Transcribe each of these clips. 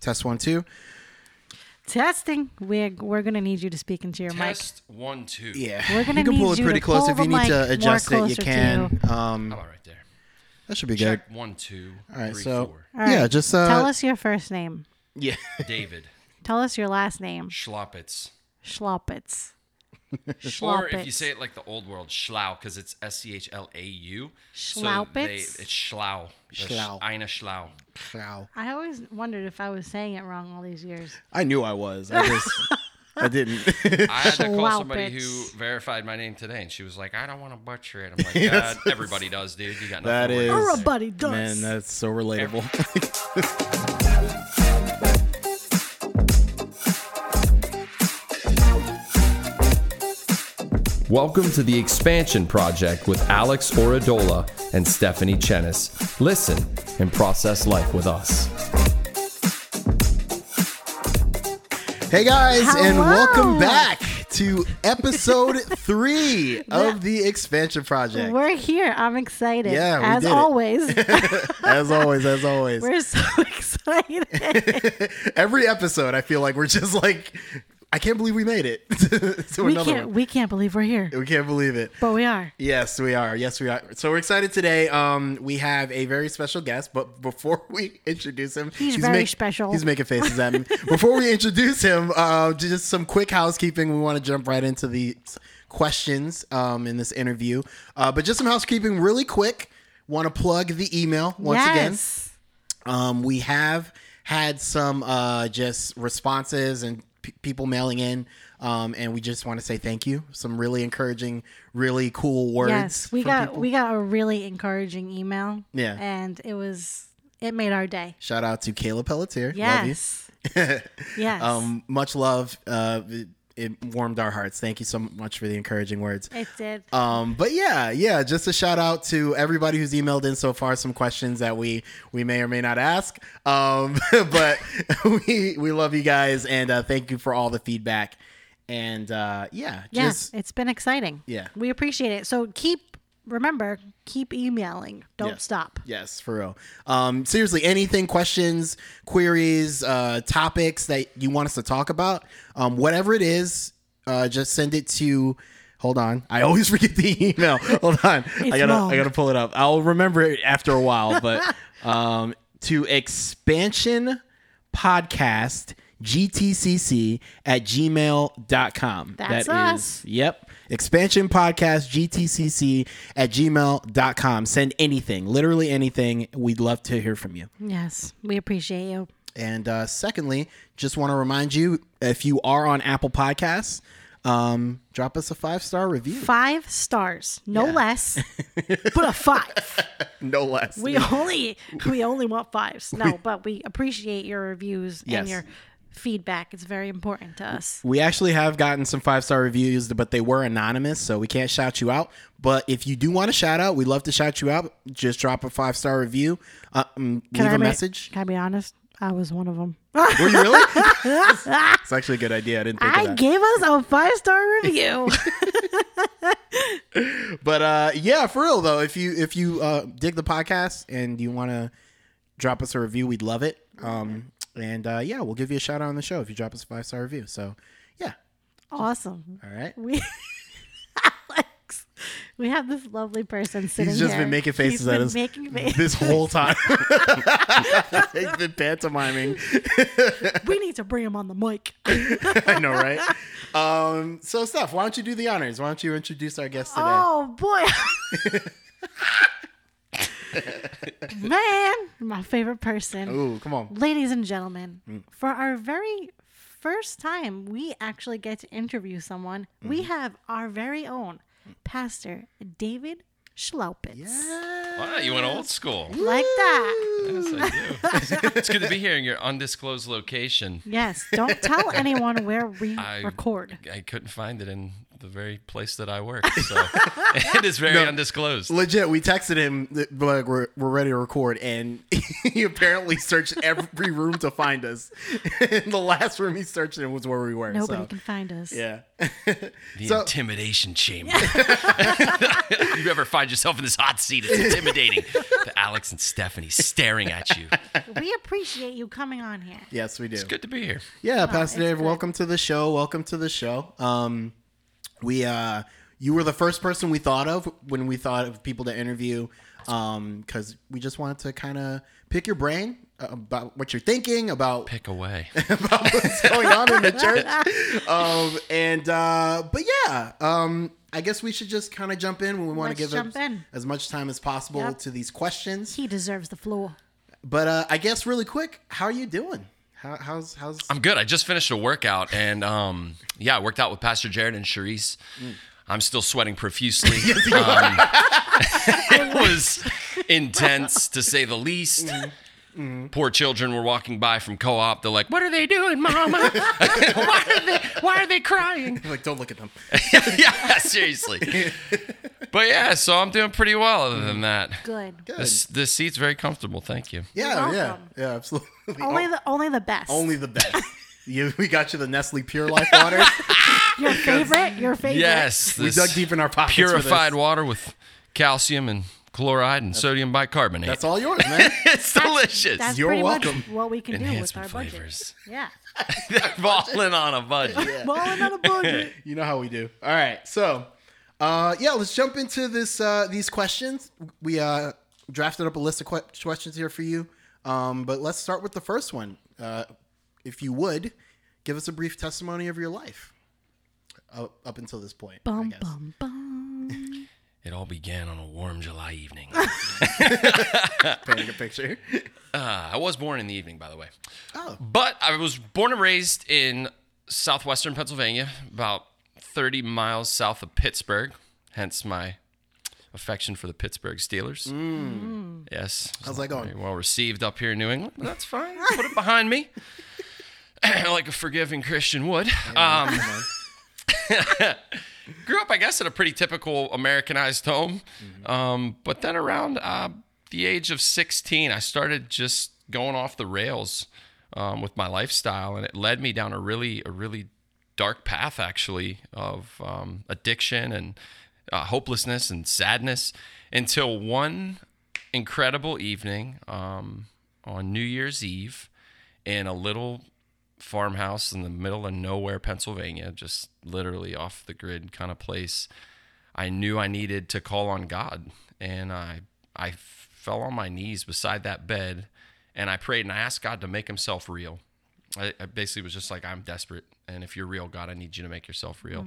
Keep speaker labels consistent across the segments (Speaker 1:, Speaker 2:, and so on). Speaker 1: Test one, two.
Speaker 2: Testing. We're we're gonna need you to speak into your
Speaker 3: Test one, two.
Speaker 1: Yeah.
Speaker 2: We're gonna
Speaker 1: you can
Speaker 2: need
Speaker 1: pull it
Speaker 2: you
Speaker 1: pretty
Speaker 2: to
Speaker 1: close.
Speaker 2: pull
Speaker 1: if you
Speaker 2: the
Speaker 1: need
Speaker 2: mic more
Speaker 1: to adjust it, you
Speaker 2: closer to
Speaker 1: can.
Speaker 2: you.
Speaker 1: Um,
Speaker 3: I'm all right there.
Speaker 1: that should be good.
Speaker 3: Oh. Check one, two, three, four.
Speaker 1: All right, so
Speaker 2: mic. All
Speaker 1: yeah,
Speaker 2: right.
Speaker 1: just uh,
Speaker 2: Tell us your first name.
Speaker 1: Yeah,
Speaker 3: David
Speaker 2: Tell us your last name.
Speaker 3: Schloppitz.
Speaker 2: Schloppitz.
Speaker 3: Or if you
Speaker 2: Schloppitz.
Speaker 3: say it like the old world, Schlau, because it's S C H L A U. So
Speaker 2: Schlaupitz?
Speaker 3: they- It's Schlau. The Sch-
Speaker 1: Schlau.
Speaker 3: Eine Schlau.
Speaker 1: Wow.
Speaker 2: I always wondered if I was saying it wrong all these years.
Speaker 1: I knew I was. I just I didn't.
Speaker 3: I had to call somebody who
Speaker 2: Schlaupitz.
Speaker 3: verified my name today, and she was like, "I don't want to butcher it." I'm like, "God, everybody does, dude. You got nothing."
Speaker 1: That
Speaker 3: to worry
Speaker 1: is-
Speaker 3: about."
Speaker 2: Everybody does.
Speaker 1: Man, that's so relatable.
Speaker 4: Welcome to the Expansion Project with Alex Oradola and Stephanie Chenis. Listen and process life with us.
Speaker 1: hey guys, and
Speaker 2: Hello.
Speaker 1: welcome back to episode three of the Expansion Project.
Speaker 2: We're here. I'm excited.
Speaker 1: Yeah, we
Speaker 2: as
Speaker 1: did it.
Speaker 2: always.
Speaker 1: As always, as always.
Speaker 2: We're so excited.
Speaker 1: Every episode, I feel like we're just like, I can't believe we made it to
Speaker 2: we
Speaker 1: another
Speaker 2: can't
Speaker 1: one.
Speaker 2: we can't believe we're here.
Speaker 1: We can't believe it.
Speaker 2: But we are.
Speaker 1: Yes, we are. Yes, we are. So we're excited today. Um, we have a very special guest, but before we introduce him,
Speaker 2: He's very special.
Speaker 1: He's making faces at me. before we introduce him, uh, just some quick housekeeping. We want to jump right into the s- questions um, in this interview, uh, but just some housekeeping, really quick. Want to plug the email once again.
Speaker 2: yes.
Speaker 1: Um, we have had some uh, just responses and p- people mailing in, um, and we just want to say thank you. Some really encouraging, really cool words.
Speaker 2: Yes. We
Speaker 1: from
Speaker 2: got
Speaker 1: people.
Speaker 2: we got a really encouraging email.
Speaker 1: Yeah.
Speaker 2: And it was it made our day.
Speaker 1: Shout out to Kayla Pelletier.
Speaker 2: Yes. yes.
Speaker 1: Love you. Um, much love. Uh, it, it warmed our hearts. Thank you so much for the encouraging words.
Speaker 2: it did.
Speaker 1: Um, but yeah, yeah, just a shout out to everybody who's emailed in so far some questions that we we may or may not ask. Um, but we we love you guys and uh, thank you for all the feedback. And uh, yeah,
Speaker 2: Yes,
Speaker 1: just
Speaker 2: it's been exciting.
Speaker 1: Yeah.
Speaker 2: We appreciate it. So keep remember, keep emailing. Don't
Speaker 1: Yes.
Speaker 2: stop.
Speaker 1: Yes, for real. Um, seriously, anything, questions, queries, uh, topics that you want us to talk about, um, whatever it is, uh, just send it to. Hold on, I always forget the email. Hold on, I gotta
Speaker 2: long.
Speaker 1: I gotta pull it up. I'll remember it after a while, but um, to expansion podcast gtcc at gmail.com
Speaker 2: That's
Speaker 1: That is-
Speaker 2: us.
Speaker 1: Yep. Expansion podcast GTCC at gmail.com. Send anything, literally anything. We'd love to hear from you.
Speaker 2: Yes. We appreciate you.
Speaker 1: And uh, secondly, just want to remind you if you are on Apple Podcasts, um, drop us a five star review.
Speaker 2: Five stars, no less, but a five.
Speaker 1: No less.
Speaker 2: We only we only want fives. No, but we appreciate your reviews
Speaker 1: Yes.
Speaker 2: and your feedback. It's very important to us.
Speaker 1: We actually have gotten some five star reviews, but they were anonymous, so we can't shout you out. But if you do want to shout out, we'd love to shout you out. Just drop a five star review, uh, um, leave
Speaker 2: I
Speaker 1: a
Speaker 2: be-
Speaker 1: message.
Speaker 2: Can I be honest? I was one of them.
Speaker 1: Were you really? it's actually a good idea. I didn't think of
Speaker 2: I
Speaker 1: that.
Speaker 2: gave us a five star review.
Speaker 1: But uh, yeah, for real though, if you if you uh, dig the podcast and you want to drop us a review, we'd love it. Um, and uh, yeah, we'll give you a shout out on the show if you drop us a five star review. So yeah,
Speaker 2: awesome.
Speaker 1: all right.
Speaker 2: We Alex, we have this lovely person sitting
Speaker 1: He's just
Speaker 2: here.
Speaker 1: been making faces
Speaker 2: He's
Speaker 1: at
Speaker 2: been
Speaker 1: us
Speaker 2: Making faces.
Speaker 1: this whole time. He's been pantomiming.
Speaker 2: we need to bring him on the mic.
Speaker 1: I know, right? Um, so Steph, why don't you do the honors? Why don't you introduce our guest today?
Speaker 2: Oh boy. Man, my favorite person.
Speaker 1: Ooh, Mm. come on.
Speaker 2: Ladies and gentlemen, for our very first time we actually get to interview someone, we
Speaker 1: Mm-hmm.
Speaker 2: have our very own Pastor David Schlaupitz.
Speaker 3: Wow, you went old school.
Speaker 2: Like that.
Speaker 3: Yes, I do. it's good to be here in your undisclosed location.
Speaker 2: Yes, don't tell anyone where we
Speaker 3: I-
Speaker 2: record.
Speaker 3: I couldn't find it in the very place that I work. So it is very undisclosed.
Speaker 1: Legit, we texted him that like, we're, we're ready to record, and he apparently searched every room to find us. and the last room he searched in was where we were.
Speaker 2: Nobody
Speaker 1: so,
Speaker 2: can find us.
Speaker 1: yeah.
Speaker 3: The
Speaker 1: So-
Speaker 3: intimidation chamber. you ever find yourself in this hot seat? It's intimidating. The Alex and Stephanie staring at you.
Speaker 2: We appreciate you coming on here.
Speaker 1: yes, we do.
Speaker 3: It's good to be here.
Speaker 1: Yeah, Pastor
Speaker 2: it's
Speaker 1: Dave,
Speaker 2: good.
Speaker 1: welcome to the show. Welcome to the show. Um, we uh, you were the first person we thought of when we thought of people to interview, um, because we just wanted to kind of pick your brain uh, about what you're thinking about
Speaker 3: Pick away.
Speaker 1: about what's going on in the church. Um, and uh, but yeah, um, I guess we should just kind of jump in when we want to
Speaker 2: Let's
Speaker 1: give as,
Speaker 2: jump in.
Speaker 1: as much time as possible
Speaker 2: Yep.
Speaker 1: to these questions.
Speaker 2: He deserves the floor.
Speaker 1: But uh, I guess really quick, how are you doing? How, how's how's
Speaker 3: I'm good. I just finished a workout and um, yeah, I worked out with Pastor Jared and Sharice. I'm still sweating profusely. Um, it was intense to say the least.
Speaker 1: Mm-hmm.
Speaker 3: Poor children were walking by from co-op. They're like, "What are they doing, Mama? why are they Why are they crying?"
Speaker 1: like? Don't look at them.
Speaker 3: yeah, seriously. But yeah, so I'm doing pretty well. Other than that,
Speaker 2: Good.
Speaker 3: this this seat's very comfortable. Thank you.
Speaker 1: Yeah,
Speaker 2: You're
Speaker 1: yeah,
Speaker 2: welcome.
Speaker 1: yeah, absolutely.
Speaker 2: Only
Speaker 1: O-
Speaker 3: Oh.
Speaker 2: the only the best.
Speaker 1: only the best. you, we got you the Nestle Pure Life water.
Speaker 2: your favorite. Your favorite.
Speaker 3: Yes,
Speaker 1: we
Speaker 3: this
Speaker 1: dug deep in our pockets. for this.
Speaker 3: purified water with calcium and chloride and sodium bicarbonate.
Speaker 1: That's all yours, man.
Speaker 3: it's delicious.
Speaker 2: That's
Speaker 1: You're
Speaker 2: pretty Much
Speaker 1: welcome.
Speaker 2: what we can do with
Speaker 3: Enhancement
Speaker 2: our budget.
Speaker 3: flavors.
Speaker 2: Yeah.
Speaker 3: They're balling on a budget.
Speaker 2: Balling on a budget.
Speaker 1: you know how we do. All right, so uh, yeah, let's jump into this uh, these questions. We uh, drafted up a list of que- questions here for you, um, but let's start with the first one. Uh, if you would, give us a brief testimony of your life uh, up until this point. I
Speaker 2: Bum
Speaker 1: guess.
Speaker 2: bum bum.
Speaker 3: It all began on a warm July evening.
Speaker 1: Painting a picture.
Speaker 3: I was born in the evening, by the way.
Speaker 1: Oh.
Speaker 3: But I was born and raised in southwestern Pennsylvania, about 30 miles south of Pittsburgh, hence my affection for the Pittsburgh Steelers. Yes.
Speaker 1: How's that going?
Speaker 3: Very well received up here in New England. but That's fine. Put it behind me. like a forgiving Christian would. Um,
Speaker 1: Come on.
Speaker 3: grew up, I guess, in a pretty typical Americanized home. Um, but then around uh, the age of 16, I started just going off the rails um, with my lifestyle, and it led me down a really, a really dark path, actually, of um, addiction and uh, hopelessness and sadness until one incredible evening um, on New Year's Eve in a little farmhouse in the middle of nowhere, Pennsylvania, just literally off the grid kind of place. I knew I needed to call on God, and I I fell on my knees beside that bed, and I prayed and I asked God to make Himself real. I, I basically was just like, I'm desperate, and if you're real, God, I need you to make yourself real.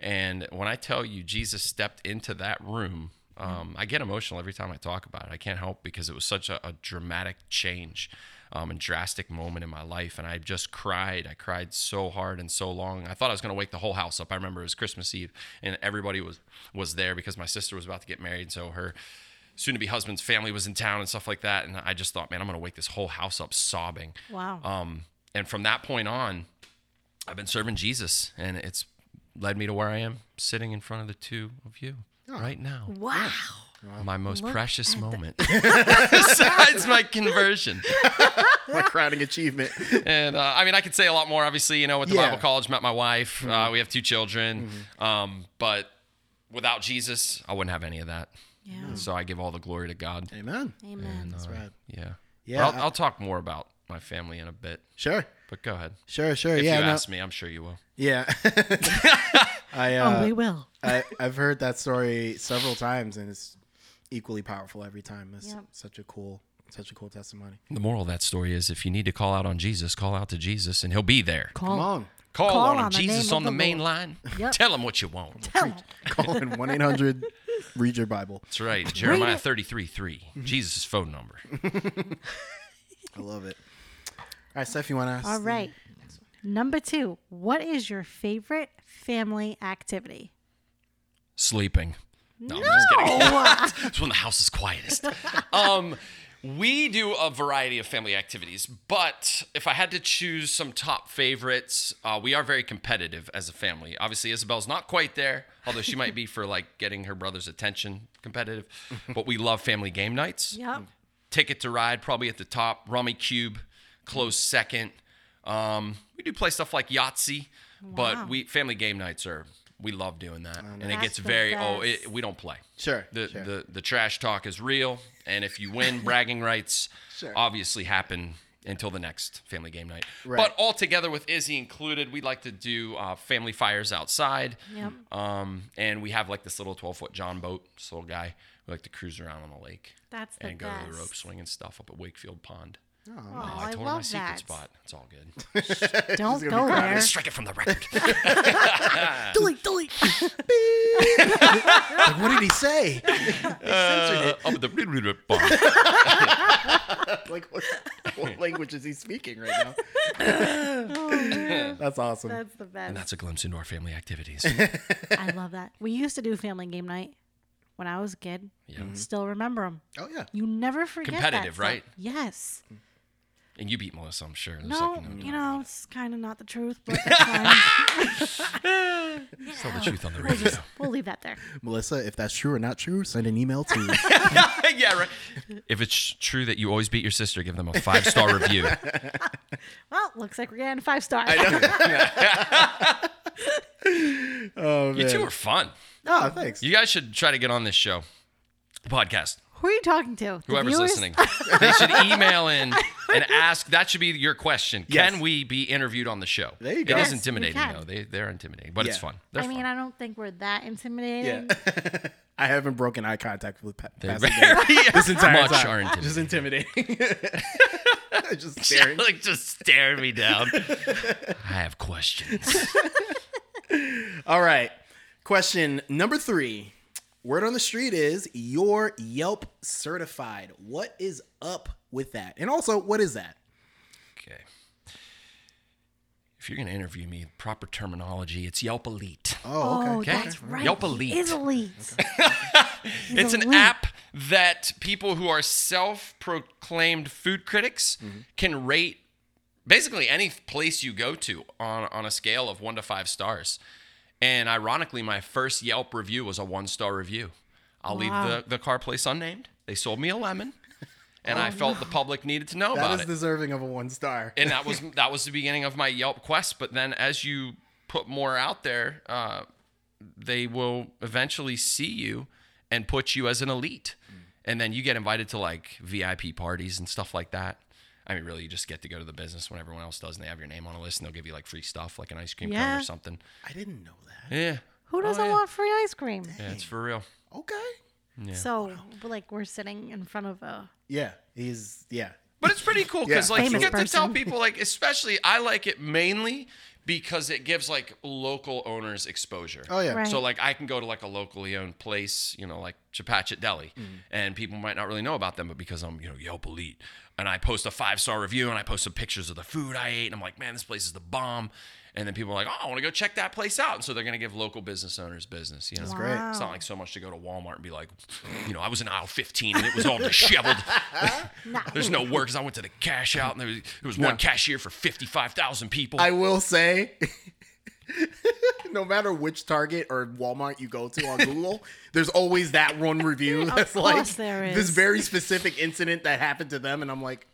Speaker 3: And when I tell you Jesus stepped into that room, um, I get emotional every time I talk about it. I can't help because it was such a, a dramatic change um, and drastic moment in my life. And I just cried. I cried so hard and so long. I thought I was going to wake the whole house up. I remember it was Christmas Eve and everybody was, was there because my sister was about to get married. So her soon to be husband's family was in town and stuff like that. And I just thought, man, I'm going to wake this whole house up sobbing.
Speaker 2: Wow.
Speaker 3: Um, and from that point on, I've been serving Jesus, and it's led me to where I am, sitting in front of the two of you
Speaker 1: Oh.
Speaker 3: right now.
Speaker 2: wow.
Speaker 3: My most precious moment besides my conversion.
Speaker 1: My crowning achievement.
Speaker 3: And uh, I mean, I could say a lot more. Obviously, you know, with the
Speaker 1: Yeah. Mm-hmm.
Speaker 3: Bible college, met my wife. Uh, we have two children. Um, but without Jesus, I wouldn't have any of that. Mm.
Speaker 2: Yeah.
Speaker 3: So I give all the glory to God.
Speaker 1: Amen.
Speaker 2: Amen.
Speaker 3: uh,
Speaker 1: That's right.
Speaker 3: Yeah.
Speaker 1: Yeah,
Speaker 3: But I'll,
Speaker 1: I-
Speaker 3: I'll talk more about my family in a bit.
Speaker 1: Sure.
Speaker 3: But go ahead.
Speaker 1: Sure, sure.
Speaker 3: If
Speaker 1: yeah,
Speaker 3: you
Speaker 1: no-
Speaker 3: ask me, I'm sure you will.
Speaker 1: yeah. I uh,
Speaker 2: oh, we will.
Speaker 1: I, I've heard that story several times, and it's equally powerful every time. It's
Speaker 2: Yep.
Speaker 1: such a cool, such a cool testimony.
Speaker 3: The moral of that story is if you need to call out on Jesus, call out to Jesus and he'll be there.
Speaker 2: Call.
Speaker 1: Come on,
Speaker 3: Call,
Speaker 2: Call
Speaker 3: on, him.
Speaker 2: on the
Speaker 3: Jesus
Speaker 2: name
Speaker 3: on
Speaker 2: of
Speaker 3: the
Speaker 2: the
Speaker 3: main
Speaker 2: Lord.
Speaker 3: line.
Speaker 2: Yep.
Speaker 3: Tell him what you want.
Speaker 2: Tell 'em.
Speaker 1: call in one eight hundred. Read your Bible.
Speaker 3: That's right. Jeremiah
Speaker 2: it.
Speaker 3: 33 3.
Speaker 2: Mm-hmm.
Speaker 3: Jesus' phone number.
Speaker 1: I love it. All right, Steph, you want to ask?
Speaker 2: All right. Number two. What is your favorite family activity?
Speaker 3: Sleeping. No, I'm just kidding. It's when the house is quietest. Um, We do a variety of family activities, but if I had to choose some top favorites, uh, we are very competitive as a family. Obviously, Isabel's not quite there, although she might be for like getting her brother's attention competitive, but we love family game nights.
Speaker 2: Yep.
Speaker 3: Ticket to Ride probably at the top. Rummy Cube, close second. Um, we do play stuff like Yahtzee,
Speaker 2: Wow.
Speaker 3: but we family game nights are we love doing that, and it
Speaker 2: That's
Speaker 3: gets
Speaker 2: the
Speaker 3: very oh
Speaker 2: best.
Speaker 3: it, we don't play.
Speaker 1: Sure,
Speaker 3: The,
Speaker 1: sure.
Speaker 3: the the trash talk is real, and if you win, bragging rights obviously happen until the next family game night. But all together with Izzy included, we like to do uh, family fires outside.
Speaker 2: Yep.
Speaker 3: Um, and we have like this little twelve foot John boat, this little guy. We like to cruise around on the lake
Speaker 2: That's the
Speaker 3: and go to the rope
Speaker 2: best.
Speaker 3: swing and stuff up at Wakefield Pond.
Speaker 2: Oh,
Speaker 3: I
Speaker 2: I,
Speaker 3: told him my
Speaker 2: love
Speaker 3: secret
Speaker 2: that.
Speaker 3: spot. It's all good.
Speaker 2: Don't go there.
Speaker 3: Strike it from the record.
Speaker 2: delete, delete.
Speaker 1: Like, what did he say? They censored
Speaker 3: Uh, Up at the Red River Pond.
Speaker 1: it. Like, what, what language is he speaking right now? That's awesome.
Speaker 2: That's the
Speaker 3: And
Speaker 2: best.
Speaker 3: that's a glimpse into our family activities.
Speaker 2: I love that. We used to do family game night when I was a kid. Still remember them.
Speaker 1: oh yeah.
Speaker 2: You never forget. that
Speaker 3: Mm-hmm. Competitive,
Speaker 2: stuff.
Speaker 3: right?
Speaker 2: Yes.
Speaker 3: And you beat Melissa, I'm sure. There's
Speaker 2: No,
Speaker 3: like no
Speaker 2: you know, it's kind of not the truth, but that's fine.
Speaker 3: tell the truth on the
Speaker 2: we'll,
Speaker 3: radio.
Speaker 2: just, we'll leave that there.
Speaker 1: Melissa, if that's true or not true, send an email to
Speaker 3: yeah, right. If it's true that you always beat your sister, give them a five star review.
Speaker 2: Well, looks like we're getting five stars.
Speaker 3: You two are fun.
Speaker 1: Oh, thanks.
Speaker 3: You guys should try to get on this show, podcast.
Speaker 2: Who are you talking to? The
Speaker 3: Whoever's
Speaker 2: viewers?
Speaker 3: listening, they should email in and ask. That should be your question.
Speaker 1: Yes.
Speaker 3: Can we be interviewed on the show?
Speaker 1: There you
Speaker 3: It
Speaker 1: go.
Speaker 3: is
Speaker 1: Yes,
Speaker 2: we
Speaker 3: intimidating
Speaker 2: can.
Speaker 3: though. They they're intimidating, but it's
Speaker 1: Yeah.
Speaker 3: fun. They're
Speaker 2: I
Speaker 3: fun.
Speaker 2: mean, I don't think we're that
Speaker 1: Yeah.
Speaker 2: intimidating.
Speaker 1: I haven't broken eye contact with pa-
Speaker 3: They're
Speaker 1: Pastor Dan
Speaker 3: very
Speaker 1: this entire
Speaker 3: much
Speaker 1: time.
Speaker 3: are intimidating.
Speaker 1: Just intimidating. Just staring.
Speaker 3: like just stare me down. I have questions.
Speaker 1: All right. Question number three. Word on the street is you're Yelp certified. What is up with that? And also, what is that?
Speaker 3: Okay. If you're gonna interview me, proper terminology. It's Yelp Elite.
Speaker 1: Oh, okay.
Speaker 2: Oh,
Speaker 3: Okay.
Speaker 2: that's right.
Speaker 3: Yelp Elite.
Speaker 2: He is elite. He's
Speaker 3: It's an
Speaker 2: elite.
Speaker 3: app that people who are self-proclaimed food critics
Speaker 1: Mm-hmm.
Speaker 3: can rate basically any place you go to on on a scale of 1 to 5 stars. And ironically, my first Yelp review was a 1-star review. I'll leave the the car place unnamed. They sold me a lemon. And I felt the public needed to know
Speaker 1: Oh, That
Speaker 3: about
Speaker 1: is
Speaker 3: it.
Speaker 1: deserving of a one star.
Speaker 3: and that was that was the beginning of my Yelp quest. But then, as you put more out there, uh, they will eventually see you and put you as an elite,
Speaker 1: Mm.
Speaker 3: and then you get invited to like VIP parties and stuff like that. I mean, really, you just get to go to the business when everyone else does, and they have your name on a list, and they'll give you like free stuff, like an ice cream cone
Speaker 2: Yeah.
Speaker 3: or something.
Speaker 1: I didn't know that.
Speaker 3: Yeah,
Speaker 2: Who doesn't
Speaker 3: Oh, yeah.
Speaker 2: want free ice cream?
Speaker 3: yeah, it's for real.
Speaker 1: Okay.
Speaker 2: So, like, we're sitting in front of a.
Speaker 1: Yeah. He's, yeah.
Speaker 3: But it's pretty cool because
Speaker 1: Yeah.
Speaker 3: like you
Speaker 2: Famous
Speaker 3: get to tell
Speaker 2: person.
Speaker 3: people like especially I like it mainly because it gives like local owners exposure.
Speaker 1: Oh, yeah.
Speaker 2: Right.
Speaker 3: So like I can go to like a locally owned place, you know, like Chapachet Deli, and people might not really know about them, but because I'm you know Yelp elite, and I post a five star review and I post some pictures of the food I ate, and I'm like, man, this place is the bomb. And then people are like, oh, I want to go check that place out. And so they're gonna give local business owners business. You know,
Speaker 1: great.
Speaker 3: it's not like so much to go to Walmart and be like, you know, I was in aisle 15 and it was all disheveled. There's no work 'cause I went to the cash out and there was, there was one cashier for 55,000 people.
Speaker 1: I will say, no matter which Target or Walmart you go to on Google, there's always that one review that's like
Speaker 2: course there
Speaker 1: this
Speaker 2: is.
Speaker 1: very specific incident that happened to them, and I'm like,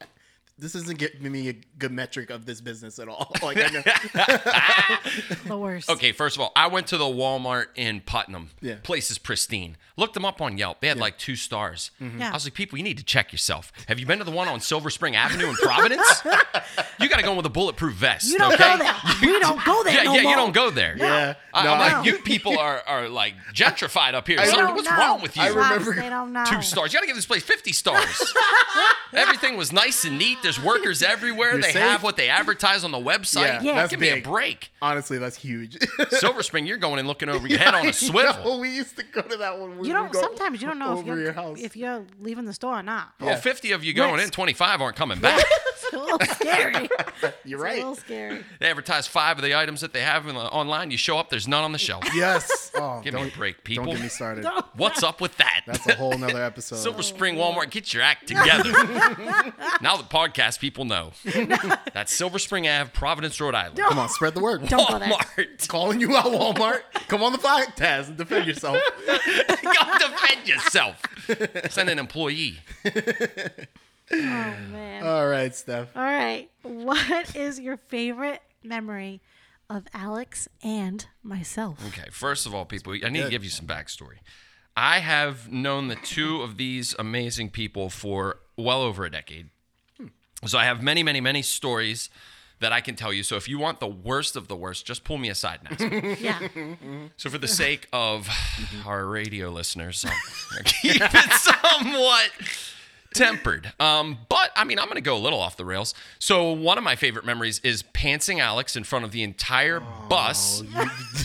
Speaker 1: this isn't giving me a good metric of this business at all. Like, I know,
Speaker 2: The worst.
Speaker 3: Okay, first of all, I went to the Walmart in Putnam.
Speaker 1: Yeah.
Speaker 3: Place is pristine. Looked them up on Yelp. They had like two stars.
Speaker 1: Mm-hmm.
Speaker 2: Yeah.
Speaker 3: I was like, people, you need to check yourself. Have you been to the one on Silver Spring Avenue in Providence? you got to go in with a bulletproof vest.
Speaker 2: You don't go
Speaker 3: okay?
Speaker 2: there. We don't go there
Speaker 3: Yeah,
Speaker 2: no
Speaker 3: yeah,
Speaker 2: more.
Speaker 3: you don't go there.
Speaker 1: yeah,
Speaker 3: I,
Speaker 1: no,
Speaker 3: am
Speaker 1: I-
Speaker 3: like, you people are, are like gentrified up here.
Speaker 2: They
Speaker 3: Something-
Speaker 2: don't
Speaker 3: what's
Speaker 2: know.
Speaker 3: wrong with you?
Speaker 1: I remember-
Speaker 2: They don't know.
Speaker 3: two stars. You gotta give this place 50 stars. Everything was nice and neat. There's workers everywhere.
Speaker 1: You're
Speaker 3: they
Speaker 1: safe.
Speaker 3: have what they advertise on the website.
Speaker 1: Yeah, Yeah. that's
Speaker 3: Give me a
Speaker 1: big.
Speaker 3: break.
Speaker 1: honestly, that's huge.
Speaker 3: Silver Spring, you're going and looking over your head on
Speaker 1: I
Speaker 3: a swivel.
Speaker 1: know, we used to go to that one. When
Speaker 2: You
Speaker 1: we
Speaker 2: don't.
Speaker 1: go
Speaker 2: Sometimes you don't know if
Speaker 1: over
Speaker 2: you're
Speaker 1: your house.
Speaker 2: if you're leaving the store or not.
Speaker 3: Well, 50 of you going in,
Speaker 2: Risk.
Speaker 3: 25 aren't coming back.
Speaker 2: a little scary.
Speaker 1: You're
Speaker 2: It's a little
Speaker 1: right.
Speaker 2: scary.
Speaker 3: They advertise five of the items that they have in the, online. You show up, there's none on the shelf.
Speaker 1: Yes. Oh,
Speaker 3: Give me
Speaker 1: don't,
Speaker 3: a break, people.
Speaker 1: don't get me started.
Speaker 3: What's up with that?
Speaker 1: That's a whole nother episode.
Speaker 3: Silver Spring Walmart, get your act together. now the podcast people know. That's Silver Spring Ave, Providence, Rhode Island.
Speaker 1: Come on, spread the word.
Speaker 2: Don't go
Speaker 3: Oh,
Speaker 2: there.
Speaker 3: Walmart.
Speaker 1: Calling you out, Walmart. Come on the podcast and defend yourself.
Speaker 3: Go defend yourself. Send an employee.
Speaker 2: Oh man.
Speaker 1: All right, Steph.
Speaker 2: All right. What is your favorite memory of Alex and myself?
Speaker 3: Okay, first of all, people, I need to give you some backstory. I have known the two of these amazing people for well over a decade. So I have many, many, many stories that I can tell you. So if you want the worst of the worst, just pull me aside next.
Speaker 2: Yeah.
Speaker 3: So, for the sake of our radio listeners, I'll keep it somewhat tempered. Um, but I mean, I'm going to go a little off the rails. So, one of my favorite memories is pantsing Alex in front of the entire bus.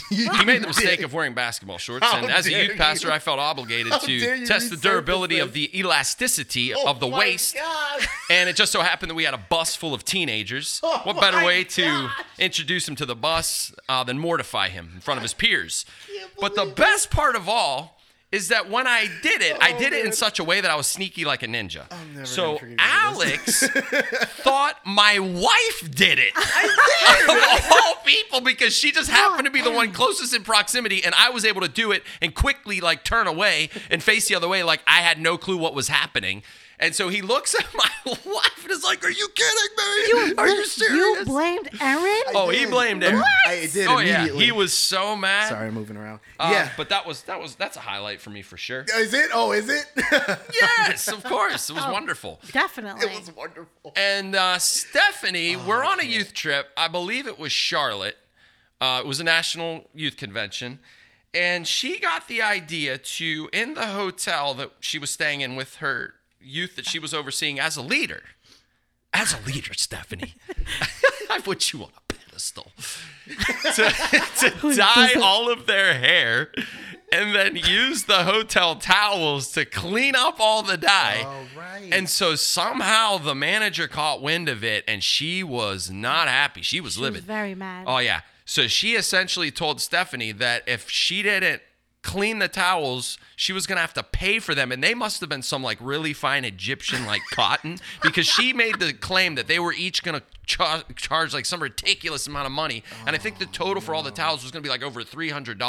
Speaker 3: He made the mistake of wearing basketball shorts,
Speaker 1: How
Speaker 3: and as a
Speaker 1: dare
Speaker 3: youth
Speaker 1: you.
Speaker 3: pastor, I felt obligated
Speaker 1: How dare
Speaker 3: to
Speaker 1: you
Speaker 3: test the
Speaker 1: resurface
Speaker 3: durability of
Speaker 1: this.
Speaker 3: the elasticity of the
Speaker 1: Oh my
Speaker 3: waist.
Speaker 1: God.
Speaker 3: And it just so happened that we had a bus full of teenagers.
Speaker 1: Oh
Speaker 3: what better
Speaker 1: my
Speaker 3: way to
Speaker 1: gosh.
Speaker 3: introduce him to the bus uh, than mortify him in front of his peers?
Speaker 1: can't
Speaker 3: But the
Speaker 1: believe
Speaker 3: best part of all is that when I did it, I
Speaker 1: Oh,
Speaker 3: did it in
Speaker 1: man.
Speaker 3: such a way that I was sneaky like a ninja.
Speaker 1: never gonna
Speaker 3: so
Speaker 1: forgive you
Speaker 3: Alex thought my wife did it. I did. of all people, because she just happened to be the one closest in proximity, and I was able to do it and quickly like turn away and face the other way, like I had no clue what was happening. And so he looks at my wife and is like, "Are you kidding me? Are you
Speaker 2: You
Speaker 3: serious?"
Speaker 2: blamed Aaron?
Speaker 3: oh, he blamed it.
Speaker 1: I did
Speaker 3: Oh yeah,
Speaker 1: immediately.
Speaker 3: he was so mad.
Speaker 1: Sorry, I'm moving around.
Speaker 3: Uh,
Speaker 1: yeah.
Speaker 3: but that was that was that's a highlight for me for sure.
Speaker 1: is it? Oh, is it?
Speaker 3: Yes, of course, it was wonderful.
Speaker 2: Definitely.
Speaker 1: it was wonderful.
Speaker 3: And uh, Stephanie, we're on a youth trip. I believe it was Charlotte. Uh, it was a national youth convention, and she got the idea to in the hotel that she was staying in with her youth that she was overseeing as a leader. As a leader, Stephanie, I put you on a pedestal to, to dye all of their hair and then use the hotel towels to clean up all the dye.
Speaker 1: All right.
Speaker 3: And so somehow the manager caught wind of it and she was not happy. She was
Speaker 2: He was
Speaker 3: livid.
Speaker 2: very mad.
Speaker 3: Oh, yeah. So she essentially told Stephanie that if she didn't clean the towels, she was going to have to pay for them. And they must have been some like really fine Egyptian like cotton because she made the claim that they were each going to char- charge like some ridiculous amount of money. And I think the total for all the towels was going to be like over $300.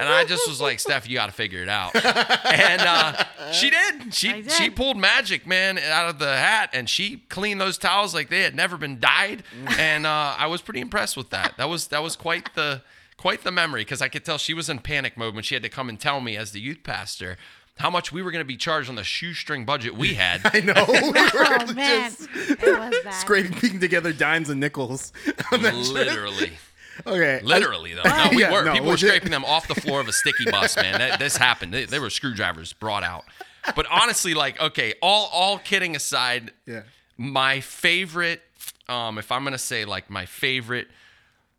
Speaker 3: And I just was like, Steph, you got to figure it out. And uh, she did. She
Speaker 2: I did.
Speaker 3: she pulled magic, man, out of the hat, and she cleaned those towels like they had never been dyed. And uh, I was pretty impressed with that. That was that was quite the quite the memory because I could tell she was in panic mode when she had to come and tell me as the youth pastor how much we were going to be charged on the shoestring budget we had.
Speaker 1: I know. We were
Speaker 2: Oh, man.
Speaker 1: just
Speaker 2: It was that.
Speaker 1: scraping together dimes and nickels. on that trip.
Speaker 3: Literally,
Speaker 1: Okay.
Speaker 3: literally though. No, we
Speaker 1: Yeah,
Speaker 3: were.
Speaker 1: no,
Speaker 3: People were
Speaker 1: legit.
Speaker 3: scraping them off the floor of a sticky bus, man. That, this happened. They, they were screwdrivers brought out. But honestly, like, okay, all all kidding aside,
Speaker 1: Yeah.
Speaker 3: my favorite um if i'm gonna say like my favorite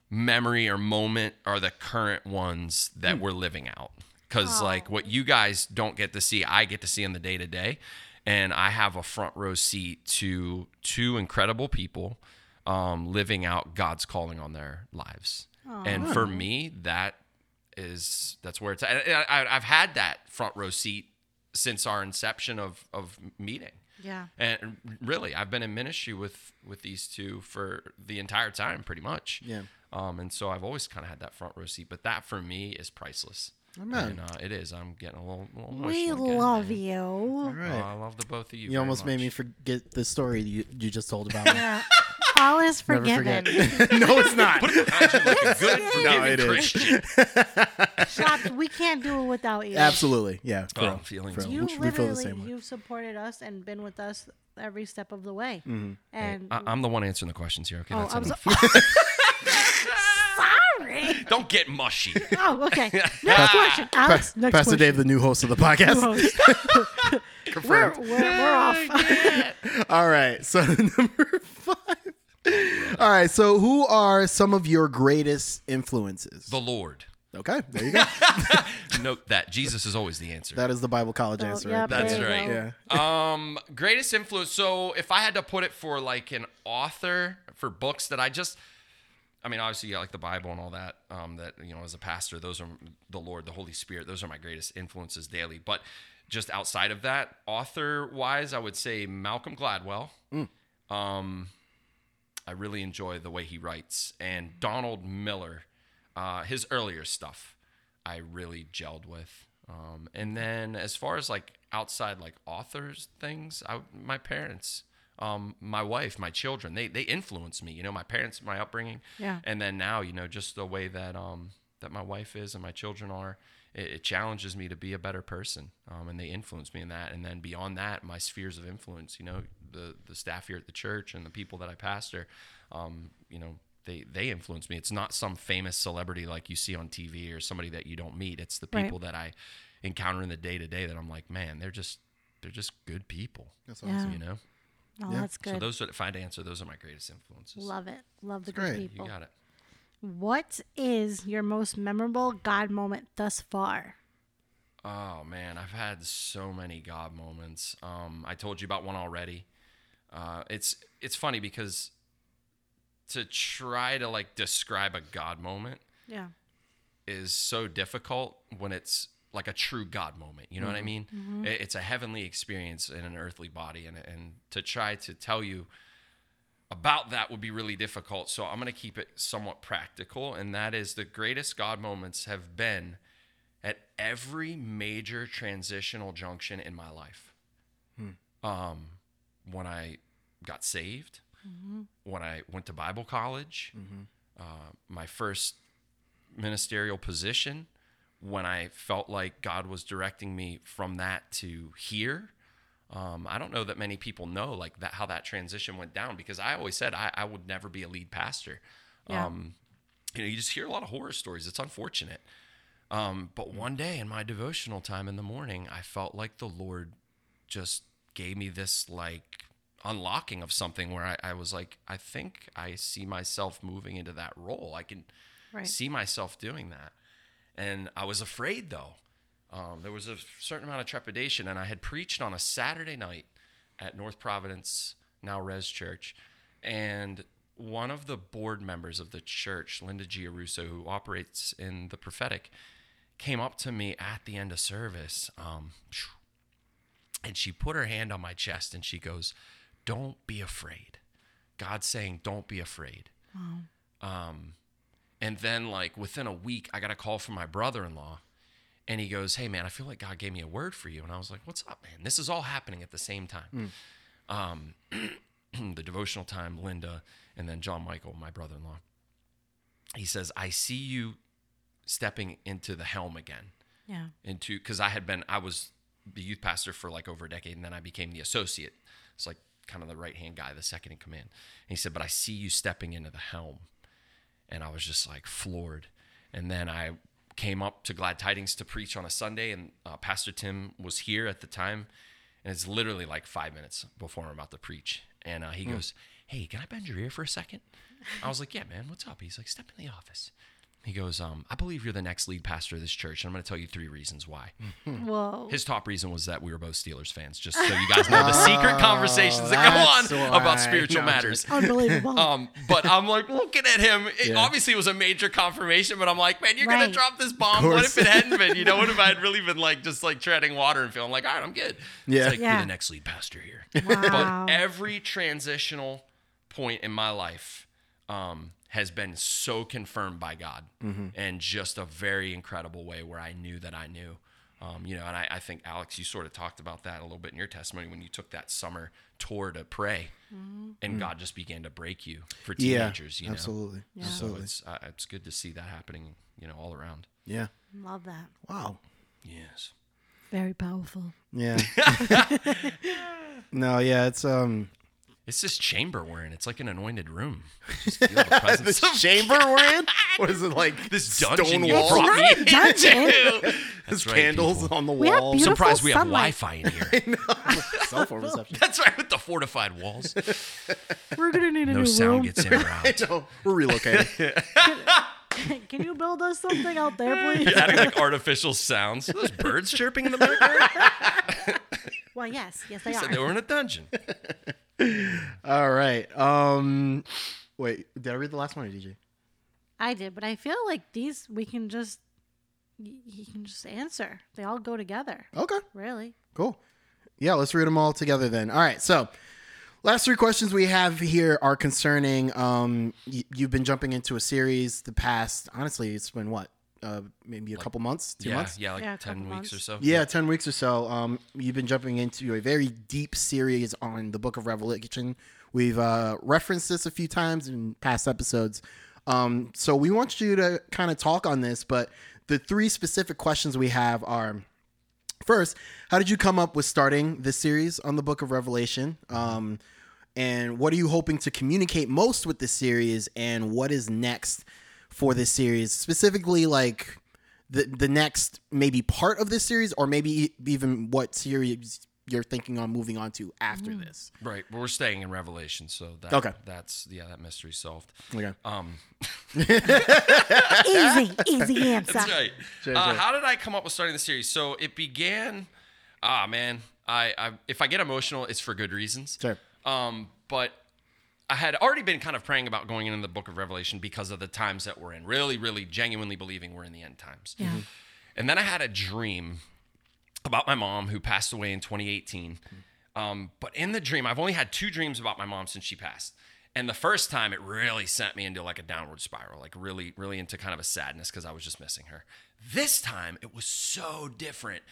Speaker 3: memory or moment are the current ones that we're living out because like what you guys don't get to see i get to see in the day to day and i have a front row seat to two incredible people um, living out god's calling on their lives and for me that is that's where it's at. And I, I, i've had that front row seat since our inception of of meeting
Speaker 2: Yeah.
Speaker 3: and really i've been in ministry with with these two for the entire time pretty much
Speaker 1: Yeah.
Speaker 3: um and so i've always kind of had that front row seat but that for me is priceless
Speaker 1: man.
Speaker 3: and uh, it is i'm getting a little, little
Speaker 2: We
Speaker 3: emotional again,
Speaker 2: love
Speaker 1: All
Speaker 3: man.
Speaker 2: you.
Speaker 3: Oh,
Speaker 1: right.
Speaker 3: i love the both of you
Speaker 1: You
Speaker 3: very
Speaker 1: almost made
Speaker 3: much.
Speaker 1: me forget the story you, you just told about me.
Speaker 2: Yeah. All is
Speaker 1: Never
Speaker 2: forgiven.
Speaker 1: forget. no, it's not.
Speaker 3: Like a good forgiving
Speaker 1: it is.
Speaker 3: Christian.
Speaker 2: Shops, we can't do it without you.
Speaker 1: Absolutely. Yeah. for
Speaker 3: Oh,
Speaker 1: real,
Speaker 3: feelings.
Speaker 1: for real.
Speaker 2: You
Speaker 1: We- we feel the
Speaker 2: literally,
Speaker 1: same way.
Speaker 2: you've supported us and been with us every step of the way. And
Speaker 3: I- i'm the one answering the questions here okay
Speaker 2: oh,
Speaker 3: that's
Speaker 2: I was
Speaker 3: enough.
Speaker 2: sorry.
Speaker 3: don't get mushy
Speaker 2: Oh, okay. Next question, Alex.
Speaker 1: Pastor
Speaker 2: Next question.
Speaker 1: Dave, the new host of the podcast.
Speaker 2: we're, we're, we're off. Oh,
Speaker 1: All right. So number five. All right. So who are some of your greatest influences?
Speaker 3: the lord
Speaker 1: Okay, there you go.
Speaker 3: Note that Jesus is always the answer.
Speaker 1: that is the Bible college answer.
Speaker 2: yeah,
Speaker 1: right there.
Speaker 3: That's
Speaker 2: there you
Speaker 3: right.
Speaker 2: go.
Speaker 1: Yeah.
Speaker 3: um greatest influence so if i had to put it for like an author for books that i just i mean obviously you got like the bible and all that um that you know as a pastor those are the lord the holy spirit those are my greatest influences daily but just outside of that author wise i would say malcolm gladwell um i really enjoy the way he writes and donald miller uh his earlier stuff i really gelled with um and then as far as like outside like authors things i my parents um my wife my children they they influence me you know my parents my upbringing
Speaker 2: Yeah.
Speaker 3: and then now you know just the way that um that my wife is and my children are it, it challenges me to be a better person um, and they influence me in that and then beyond that my spheres of influence you know the the staff here at the church and the people that i pastor um you know they they influence me it's not some famous celebrity like you see on tv or somebody that you don't meet it's the
Speaker 2: Right.
Speaker 3: people that i encounter in the day to day that i'm like man they're just they're just good people
Speaker 1: That's
Speaker 2: Yeah.
Speaker 1: awesome.
Speaker 3: you know
Speaker 2: Oh, that's good.
Speaker 3: so those are if i had to answer those are my greatest influences
Speaker 2: Love it. Love the
Speaker 1: great.
Speaker 2: good
Speaker 1: You
Speaker 2: people.
Speaker 3: you got it
Speaker 2: What is your most memorable God moment thus far?
Speaker 3: Oh man, I've had so many God moments. Um, I told you about one already. Uh, it's it's funny because to try to like describe a God moment
Speaker 2: Yeah.
Speaker 3: is so difficult when it's like a true God moment. You know what I mean? It- It's a heavenly experience in an earthly body, and and to try to tell you about that would be really difficult. So I'm gonna keep it somewhat practical, and that is the greatest God moments have been at every major transitional junction in my life. Um, when I got saved, when I went to Bible college, uh, my first ministerial position, when I felt like God was directing me from that to here. Um, I don't know that many people know like that how that transition went down because I always said I, I would never be a lead pastor.
Speaker 2: Yeah.
Speaker 3: Um, you know, you just hear a lot of horror stories. It's unfortunate. Um, but one day in my devotional time in the morning, I felt like the Lord just gave me this like unlocking of something where I, I was like, I think I see myself moving into that role. I can
Speaker 2: Right.
Speaker 3: see myself doing that. And I was afraid though. Um, there was a certain amount of trepidation, and I had preached on a Saturday night at North Providence, now Res Church, and one of the board members of the church, Linda Giarusso, who operates in the prophetic, came up to me at the end of service, um, and she put her hand on my chest and she goes, "Don't be afraid." God's saying, "Don't be afraid." Um, And then, like, within a week, I got a call from my brother in law, and he goes, Hey, man, I feel like God gave me a word for you. And I was like, What's up, man? This is all happening at the same time. Um, the devotional time, Linda, and then John Michael, my brother in law. He says, I see you stepping into the helm again
Speaker 2: Yeah.
Speaker 3: into because I had been I was the youth pastor for like over a decade, and then I became the associate. It's like kind of the right hand guy, the second in command. And he said, "But I see you stepping into the helm," and I was just like floored. And then I came up to Glad Tidings to preach on a Sunday, and uh, Pastor Tim was here at the time, and it's literally like five minutes before I'm about to preach, and uh, he
Speaker 1: Hmm.
Speaker 3: goes, "Hey, can I bend your ear for a second? I was like, "Yeah, man, what's up?" He's like, "Step in the office." He goes, um, I believe you're the next lead pastor of this church, and I'm going to tell you three reasons why.
Speaker 1: Hmm.
Speaker 2: Whoa.
Speaker 3: His top reason was that we were both Steelers fans, just so you guys know the secret conversations that go
Speaker 1: that's
Speaker 3: on
Speaker 1: why.
Speaker 3: about spiritual
Speaker 1: No, I'm
Speaker 3: matters.
Speaker 2: Unbelievable.
Speaker 3: Um, but I'm like looking at him. It
Speaker 1: Yeah.
Speaker 3: obviously was a major confirmation, but I'm like, man, you're
Speaker 2: Right.
Speaker 3: gonna drop this bomb. What
Speaker 1: course.
Speaker 3: if it hadn't been? You know, what if I had really been like just like treading water and feeling like, all right, I'm good.
Speaker 1: Yeah.
Speaker 3: It's like
Speaker 2: Yeah.
Speaker 3: you're the next lead pastor here.
Speaker 2: wow.
Speaker 3: But every transitional point in my life um, has been so confirmed by God
Speaker 1: Mm-hmm.
Speaker 3: in just a very incredible way where I knew that I knew. Um, you know, and I, I think, Alex, you sort of talked about that a little bit in your testimony when you took that summer tour to pray and God just began to break you for
Speaker 1: Mm-hmm. Mm. Yeah,
Speaker 3: teenagers, you know?
Speaker 1: absolutely,
Speaker 3: So
Speaker 1: absolutely.
Speaker 3: it's, uh, it's good to see that happening, you know, all around.
Speaker 1: yeah.
Speaker 2: Love that.
Speaker 1: Wow.
Speaker 3: Yes.
Speaker 2: Very powerful.
Speaker 1: Yeah. no, yeah, it's um
Speaker 3: It's this chamber we're in. It's like an anointed room. Just feel the presence of
Speaker 1: chamber we're in. What is it like?
Speaker 3: this
Speaker 1: Stone
Speaker 3: dungeon you
Speaker 1: wall.
Speaker 3: brought
Speaker 2: It's
Speaker 3: me
Speaker 2: not a
Speaker 3: into.
Speaker 1: There's
Speaker 3: right,
Speaker 1: candles
Speaker 3: people.
Speaker 1: on the
Speaker 2: have
Speaker 1: wall.
Speaker 2: beautiful-
Speaker 3: Surprised we have
Speaker 2: sunlight.
Speaker 3: Wi-Fi in here.
Speaker 1: Cell phone reception.
Speaker 3: That's right, with the fortified walls,
Speaker 2: We're gonna need a
Speaker 3: no
Speaker 2: new
Speaker 3: sound
Speaker 2: room.
Speaker 3: gets in or out.
Speaker 1: No, we're relocating.
Speaker 2: Can you build us something out there, please?
Speaker 3: Adding like artificial sounds. Those birds chirping in the background.
Speaker 2: Well, yes, yes, they
Speaker 3: They
Speaker 2: are.
Speaker 3: said they were in a dungeon.
Speaker 1: All right. Um, wait, did I read the last one or DJ?
Speaker 2: I did, but I feel like these we can just y- you can just answer. They all go together.
Speaker 1: Okay.
Speaker 2: Really?
Speaker 1: Cool. Yeah, let's read them all together then. All right. So, last three questions we have here are concerning um y- you've been jumping into a series the past honestly, it's been what? Uh maybe a couple months, 2
Speaker 3: yeah,
Speaker 1: months.
Speaker 3: yeah, like
Speaker 2: Yeah, a
Speaker 3: ten
Speaker 2: couple
Speaker 3: weeks or
Speaker 2: months.
Speaker 3: so.
Speaker 1: Yeah, 10 weeks or so. Um you've been jumping into a very deep series on the book of Revelation. We've uh referenced this a few times in past episodes. Um so we want you to kind of talk on this, but the three specific questions we have are First, how did you come up with starting this series on the Book of Revelation? Um, and what are you hoping to communicate most with this series? And what is next for this series, specifically like the the next maybe part of this series, or maybe e- even what series you're thinking on moving on to after
Speaker 2: Mm.
Speaker 1: this?
Speaker 3: Right. Well, we're staying in Revelation, so that,
Speaker 1: Okay.
Speaker 3: that's yeah, that mystery solved.
Speaker 1: Okay.
Speaker 2: Uh,
Speaker 3: Um,
Speaker 2: easy, easy answer.
Speaker 3: That's right. Uh, how did I come up with starting the series? So it began. Ah, man. I, I if I get emotional, it's for good reasons.
Speaker 1: Sure.
Speaker 3: Um, but I had already been kind of praying about going into the Book of Revelation because of the times that we're in. Really, really genuinely believing we're in the end times.
Speaker 2: Yeah.
Speaker 3: And then I had a dream about my mom who passed away in 2018. Um, but in the dream, I've only had two dreams about my mom since she passed. And the first time, it really sent me into like a downward spiral, like really, really into kind of a sadness because I was just missing her. This time, it was so different.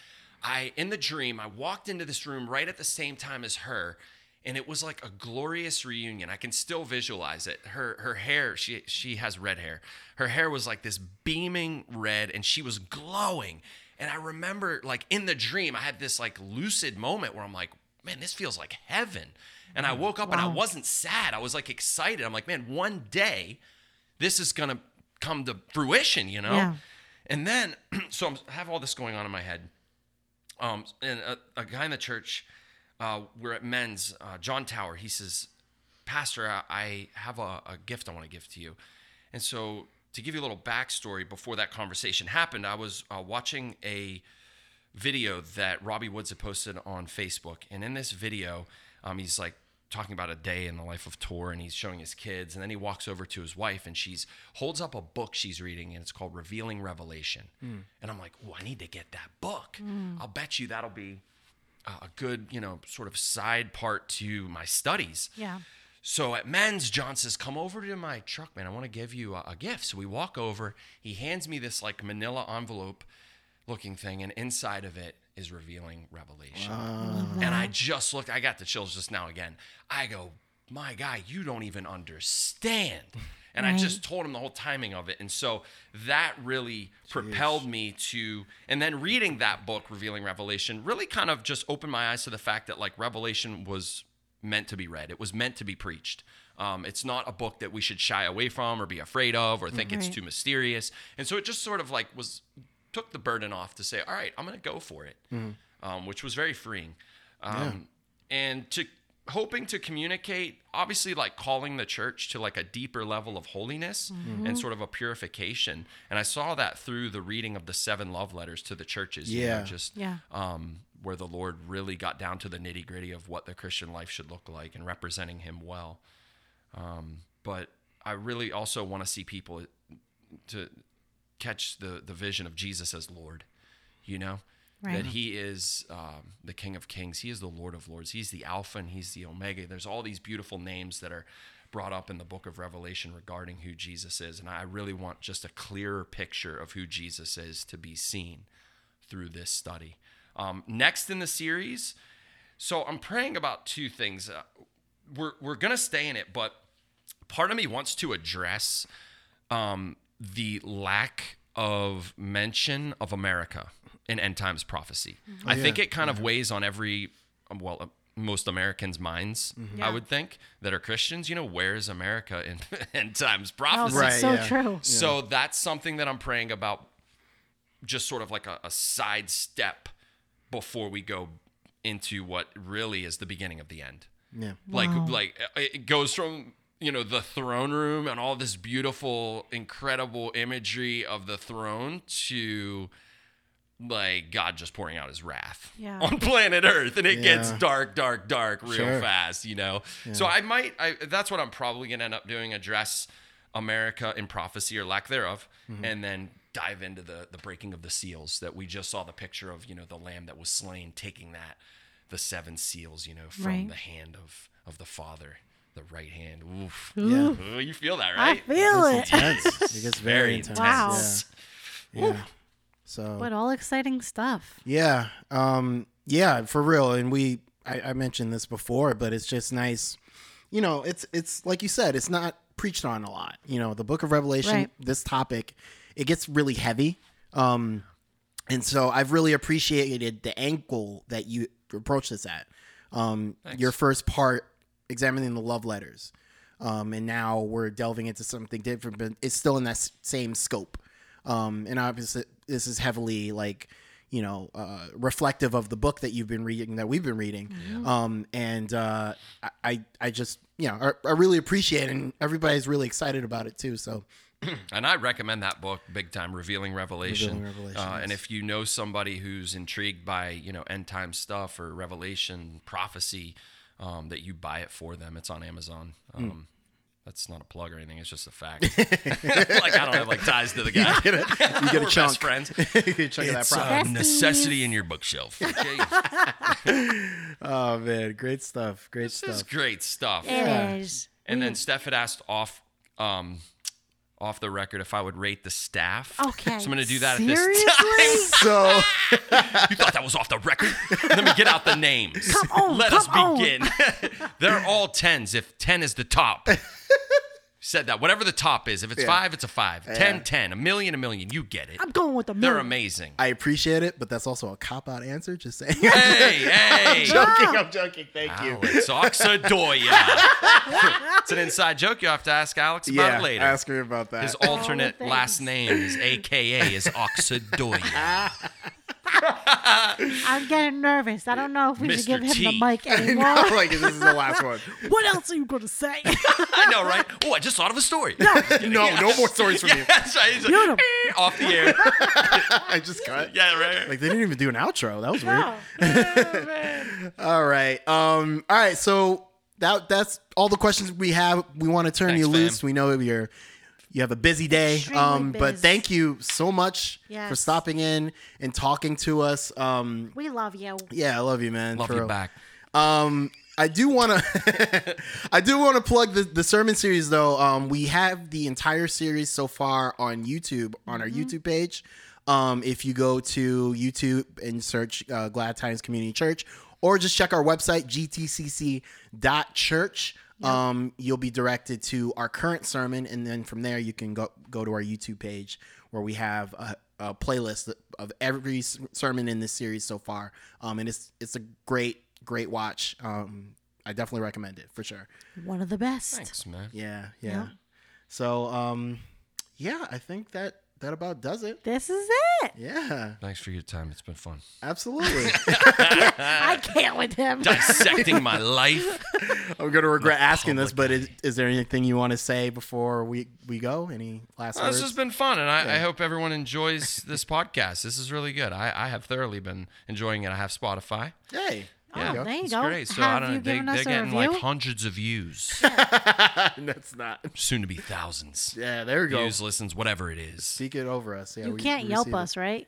Speaker 3: I, in the dream, I walked into this room right at the same time as her, and it was like a glorious reunion. I can still visualize it. Her her hair, she she has red hair. Her hair was like this beaming red and she was glowing. And I remember like in the dream I had this like lucid moment where I'm like, man, this feels like heaven. And I woke up and I wasn't sad. I was like excited. I'm like, man, one day this is going to come to fruition, you know?
Speaker 2: Yeah.
Speaker 3: And then so I'm, I have all this going on in my head um, and a, a guy in the church, uh, we're at men's, uh, John Tower, he says, Pastor, I, I have a, a gift I want to give to you. And so, to give you a little backstory, before that conversation happened, I was uh, watching a video that Robbie Woods had posted on Facebook. And in this video, um, he's like talking about a day in the life of Tor and he's showing his kids. And then he walks over to his wife and she's holds up a book she's reading and it's called Revealing Revelation. And I'm like, oh, I need to get that book. I'll bet you that'll be uh, a good, you know, sort of side part to my studies.
Speaker 2: Yeah.
Speaker 3: So at men's, John says, Come over to my truck, man. I want to give you a, a gift. So we walk over. He hands me this like manila envelope looking thing, and inside of it is revealing revelation. And I just looked, I got the chills just now again. I go, My guy, you don't even understand. And I just told him the whole timing of it. And so that really propelled me to, and then reading that book, Revealing Revelation, really kind of just opened my eyes to the fact that like Revelation was meant to be read. It was meant to be preached. Um, it's not a book that we should shy away from or be afraid of or think it's
Speaker 2: Right.
Speaker 3: too mysterious. And so it just sort of like was took the burden off to say, all right, I'm going to go for it, um, which was very freeing. Um, And to hoping to communicate, obviously, like calling the church to like a deeper level of holiness and sort of a purification. And I saw that through the reading of the seven love letters to the churches. you know,
Speaker 1: Yeah.
Speaker 3: just
Speaker 2: Yeah.
Speaker 3: um, where the Lord really got down to the nitty gritty of what the Christian life should look like and representing Him well. Um, but I really also want to see people to catch the the vision of Jesus as Lord. You know.
Speaker 2: Right.
Speaker 3: That he is um, the King of Kings. He is the Lord of Lords. He's the Alpha and he's the Omega. There's all these beautiful names that are brought up in the book of Revelation regarding who Jesus is. And I really want just a clearer picture of who Jesus is to be seen through this study. Um, next in the series, so I'm praying about two things. Uh, we're we're gonna stay in it, but part of me wants to address um, the lack of mention of America in end times prophecy. I think it kind of weighs on every um, well. uh, most Americans' minds, I would think, that are Christians, you know, where is America in end times
Speaker 2: Oh,
Speaker 3: prophecy?
Speaker 2: this is
Speaker 1: Right,
Speaker 2: so
Speaker 1: yeah.
Speaker 2: true.
Speaker 3: So that's something that I'm praying about, just sort of like a, a side step before we go into what really is the beginning of the end.
Speaker 1: Yeah.
Speaker 3: Like, like uh, it- it goes from you know the throne room and all this beautiful incredible imagery of the throne to like god just pouring out his wrath
Speaker 2: Yeah.
Speaker 3: on planet earth and it gets
Speaker 1: Yeah.
Speaker 3: dark dark dark real
Speaker 1: Sure.
Speaker 3: fast you know so i might I, that's what i'm probably going to end up doing address america in prophecy or lack thereof
Speaker 1: Mm-hmm.
Speaker 3: and then dive into the the breaking of the seals that we just saw the picture of you know the lamb that was slain taking that the seven seals you know from
Speaker 2: Right.
Speaker 3: the hand of of the father the right hand oof
Speaker 1: Yeah.
Speaker 3: Ooh, you feel that,
Speaker 2: I
Speaker 3: right?
Speaker 2: feel
Speaker 1: It's
Speaker 2: it.
Speaker 1: intense. It gets very
Speaker 3: Very
Speaker 1: intense.
Speaker 2: intense.
Speaker 1: Yeah. Yeah. So
Speaker 2: But all exciting stuff.
Speaker 1: Yeah. Um, yeah, for real. And we I, I mentioned this before, but it's just nice. You know, it's it's like you said, it's not preached on a lot. You know, the book of Revelation,
Speaker 2: Right.
Speaker 1: this topic, it gets really heavy. Um and so I've really appreciated the angle that you approach this at. Um your first part examining the love letters. Um and now we're delving into something different, but it's still in that s- same scope. Um and obviously this is heavily like you know, uh, reflective of the book that you've been reading, that we've been reading. Um, and uh, I- I, I just, you know, I, I really appreciate it. And everybody's really excited about it too. So,
Speaker 3: And I recommend that book big time, Revealing Revelation.
Speaker 1: Revealing Revelation,
Speaker 3: Uh, and if you know somebody who's intrigued by you know end time stuff or Revelation prophecy, um, that you buy it for them. It's on Amazon.
Speaker 1: Hmm.
Speaker 3: Um, That's not a plug or anything. It's just a fact. like I don't have like ties to the guy. You
Speaker 1: get a
Speaker 3: We're
Speaker 1: chunk.
Speaker 3: best friends.
Speaker 1: check out that
Speaker 3: It's uh, a
Speaker 1: product.
Speaker 2: Besties.
Speaker 3: necessity in your bookshelf. Okay?
Speaker 1: Oh man, great stuff. Great
Speaker 3: this is
Speaker 1: stuff.
Speaker 3: great stuff.
Speaker 2: It is.
Speaker 3: And then Steph had asked off um, off the record if I would rate the staff.
Speaker 2: Okay.
Speaker 3: So I'm gonna do that at this
Speaker 2: Seriously?
Speaker 3: time.
Speaker 1: So,
Speaker 3: You thought that was off the record. Let me get out the names.
Speaker 2: Come on,
Speaker 3: Let
Speaker 2: come on.
Speaker 3: us begin. They're all tens if 10 is the top. Said that. Whatever the top is, if it's five, it's a five. Ten, ten, a million, a million. You get it.
Speaker 2: I'm going with the
Speaker 3: They're
Speaker 2: million.
Speaker 3: amazing.
Speaker 1: I appreciate it, but that's also a cop out answer. Just saying.
Speaker 3: hey, hey.
Speaker 1: joking. I'm joking. Thank you.
Speaker 3: Alex Oxadoya. it's an inside joke you have to ask Alex about
Speaker 1: Yeah.
Speaker 3: it later.
Speaker 1: Ask her about that.
Speaker 2: Oh,
Speaker 3: His alternate
Speaker 2: things.
Speaker 3: last name is AKA is Oxadoya.
Speaker 2: I'm getting nervous. I don't know if we should
Speaker 3: Mr.
Speaker 2: give him
Speaker 3: T.
Speaker 2: the mic anymore.
Speaker 1: No, like this is the last one.
Speaker 2: What else are you going to say?
Speaker 3: I know, right? Oh, I just thought of a story.
Speaker 1: No, no more stories from you.
Speaker 3: That's right. He's like,
Speaker 2: Beautiful.
Speaker 3: "Eh," off the air.
Speaker 1: I just cut.
Speaker 3: Yeah, right.
Speaker 1: Like they didn't even do an outro. That was weird.
Speaker 2: No.
Speaker 1: All right. Um. All right. So that that's all the questions we have. We want to turn
Speaker 3: Thanks,
Speaker 1: you loose.
Speaker 3: fam.
Speaker 1: We know you're you have a busy day.
Speaker 2: Extremely
Speaker 1: um. But
Speaker 2: busy.
Speaker 1: thank you so much for
Speaker 2: Yes.
Speaker 1: stopping in and talking to us. Um.
Speaker 2: We love you.
Speaker 1: Yeah, I love you, man.
Speaker 3: Love
Speaker 1: for
Speaker 3: you
Speaker 1: real.
Speaker 3: back.
Speaker 1: Um, I do want to, I do want to plug the, the sermon series though. Um, we have the entire series so far on YouTube on our YouTube page. Um, if you go to YouTube and search uh, Glad Times Community Church, or just check our website gtcc.church. Um, you'll be directed to our current sermon, and then from there you can go go to our YouTube page where we have a, a playlist of every s- sermon in this series so far. Um, and it's it's a great great watch. Um, I definitely recommend it for sure.
Speaker 2: One of the best.
Speaker 3: Thanks, man.
Speaker 1: Yeah, yeah. So, um, yeah, I think that that about does it.
Speaker 2: This is it.
Speaker 1: Yeah,
Speaker 3: Thanks for your time. It's been fun.
Speaker 1: absolutely.
Speaker 3: Uh,
Speaker 2: I can't with him.
Speaker 3: Dissecting my life.
Speaker 1: I'm gonna
Speaker 2: Oh
Speaker 1: regret asking this,
Speaker 3: public
Speaker 1: but is, is there anything you want to say before we we go? Any last
Speaker 3: Well,
Speaker 1: words?
Speaker 3: this has been fun, and I, I hope everyone enjoys this podcast. This is really good. I, I have thoroughly been enjoying it. I have Spotify.
Speaker 1: hey,
Speaker 2: Oh,
Speaker 1: there you
Speaker 2: there you
Speaker 3: It's
Speaker 2: go.
Speaker 3: great. So
Speaker 2: Have
Speaker 3: I don't
Speaker 2: you
Speaker 3: know. They,
Speaker 2: given us
Speaker 3: they're
Speaker 2: a
Speaker 3: getting
Speaker 2: review?
Speaker 3: like hundreds of views,
Speaker 1: go. that's not.
Speaker 3: soon to be thousands.
Speaker 1: Yeah, there we go.
Speaker 3: Views, listens, whatever it is.
Speaker 1: Speak it over us. Yeah,
Speaker 2: you
Speaker 1: we
Speaker 2: can't Yelp
Speaker 1: receive it.
Speaker 2: us, right?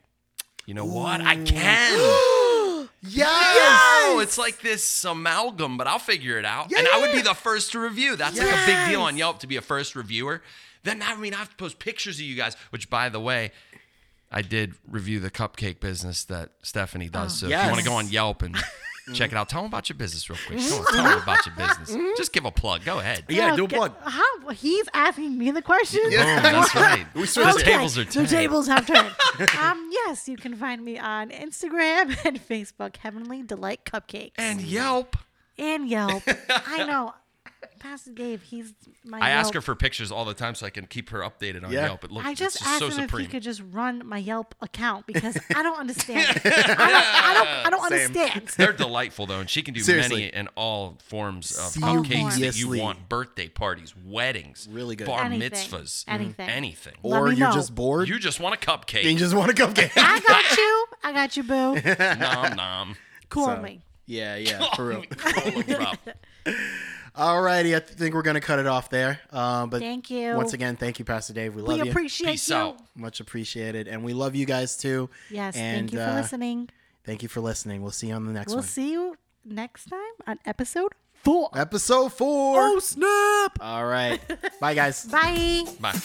Speaker 3: You know what? I can.
Speaker 1: Yes.
Speaker 3: No, Oh, it's like this amalgam, but I'll figure it out. and I would be the first to review. That's like a big deal on Yelp to be a first reviewer. Then I mean I have to post pictures of you guys, which by the way, I did review the cupcake business that Stephanie does. so
Speaker 1: Oh.
Speaker 3: if
Speaker 1: Yes.
Speaker 3: you want to go on Yelp and check it out, tell them about your business real quick. Go on, tell them about your business. Just give a plug. Go ahead.
Speaker 1: Yeah, do a
Speaker 2: Okay.
Speaker 1: plug.
Speaker 2: How he's asking me the question?
Speaker 3: Boom, that's right.
Speaker 1: We
Speaker 3: The
Speaker 1: switched it.
Speaker 3: tables are
Speaker 2: The
Speaker 3: turned.
Speaker 2: tables have turned. um, yes, you can find me on Instagram and Facebook, Heavenly Delight Cupcakes.
Speaker 3: And Yelp.
Speaker 2: and Yelp. I know. Pastor Dave, he's my.
Speaker 3: I ask
Speaker 2: Yelp.
Speaker 3: her for pictures all the time so I can keep her updated on
Speaker 1: Yeah.
Speaker 3: Yelp. It looks
Speaker 2: I just
Speaker 3: it's
Speaker 2: asked
Speaker 3: so
Speaker 2: him if
Speaker 3: supreme.
Speaker 2: he could just run my Yelp account because I don't understand. it. I don't, I don't, I don't understand.
Speaker 3: They're delightful though, and she can do
Speaker 1: Seriously.
Speaker 3: many and all forms of
Speaker 1: All
Speaker 3: cupcakes that you
Speaker 1: forms.
Speaker 3: want: birthday parties, weddings,
Speaker 1: Really good.
Speaker 3: bar
Speaker 2: Anything.
Speaker 3: mitzvahs,
Speaker 2: Anything.
Speaker 3: anything.
Speaker 2: Let
Speaker 1: or
Speaker 2: me
Speaker 1: you're
Speaker 2: know.
Speaker 1: just bored
Speaker 3: You just want a
Speaker 1: and you
Speaker 3: cupcake.
Speaker 1: just want to cupcake.
Speaker 2: I got you. I got you, boo.
Speaker 3: nom nom.
Speaker 2: Cool me.
Speaker 1: yeah, yeah, for real.
Speaker 3: Roll 'em up.
Speaker 1: Alrighty, I think we're gonna cut it off there. Um, but
Speaker 2: Thank you.
Speaker 1: once again, thank you, Pastor Dave. We love
Speaker 2: We
Speaker 1: you,
Speaker 2: appreciate
Speaker 3: Peace
Speaker 2: you.
Speaker 3: out.
Speaker 1: much appreciated, and we love you guys too.
Speaker 2: Yes,
Speaker 1: and,
Speaker 2: thank you for
Speaker 1: uh,
Speaker 2: listening.
Speaker 1: Thank you for listening. We'll see you on the next
Speaker 2: We'll
Speaker 1: one.
Speaker 2: see you next time on episode four. Oh,
Speaker 1: Episode four. Oh snap! All right, bye guys.
Speaker 2: Bye.
Speaker 3: Bye.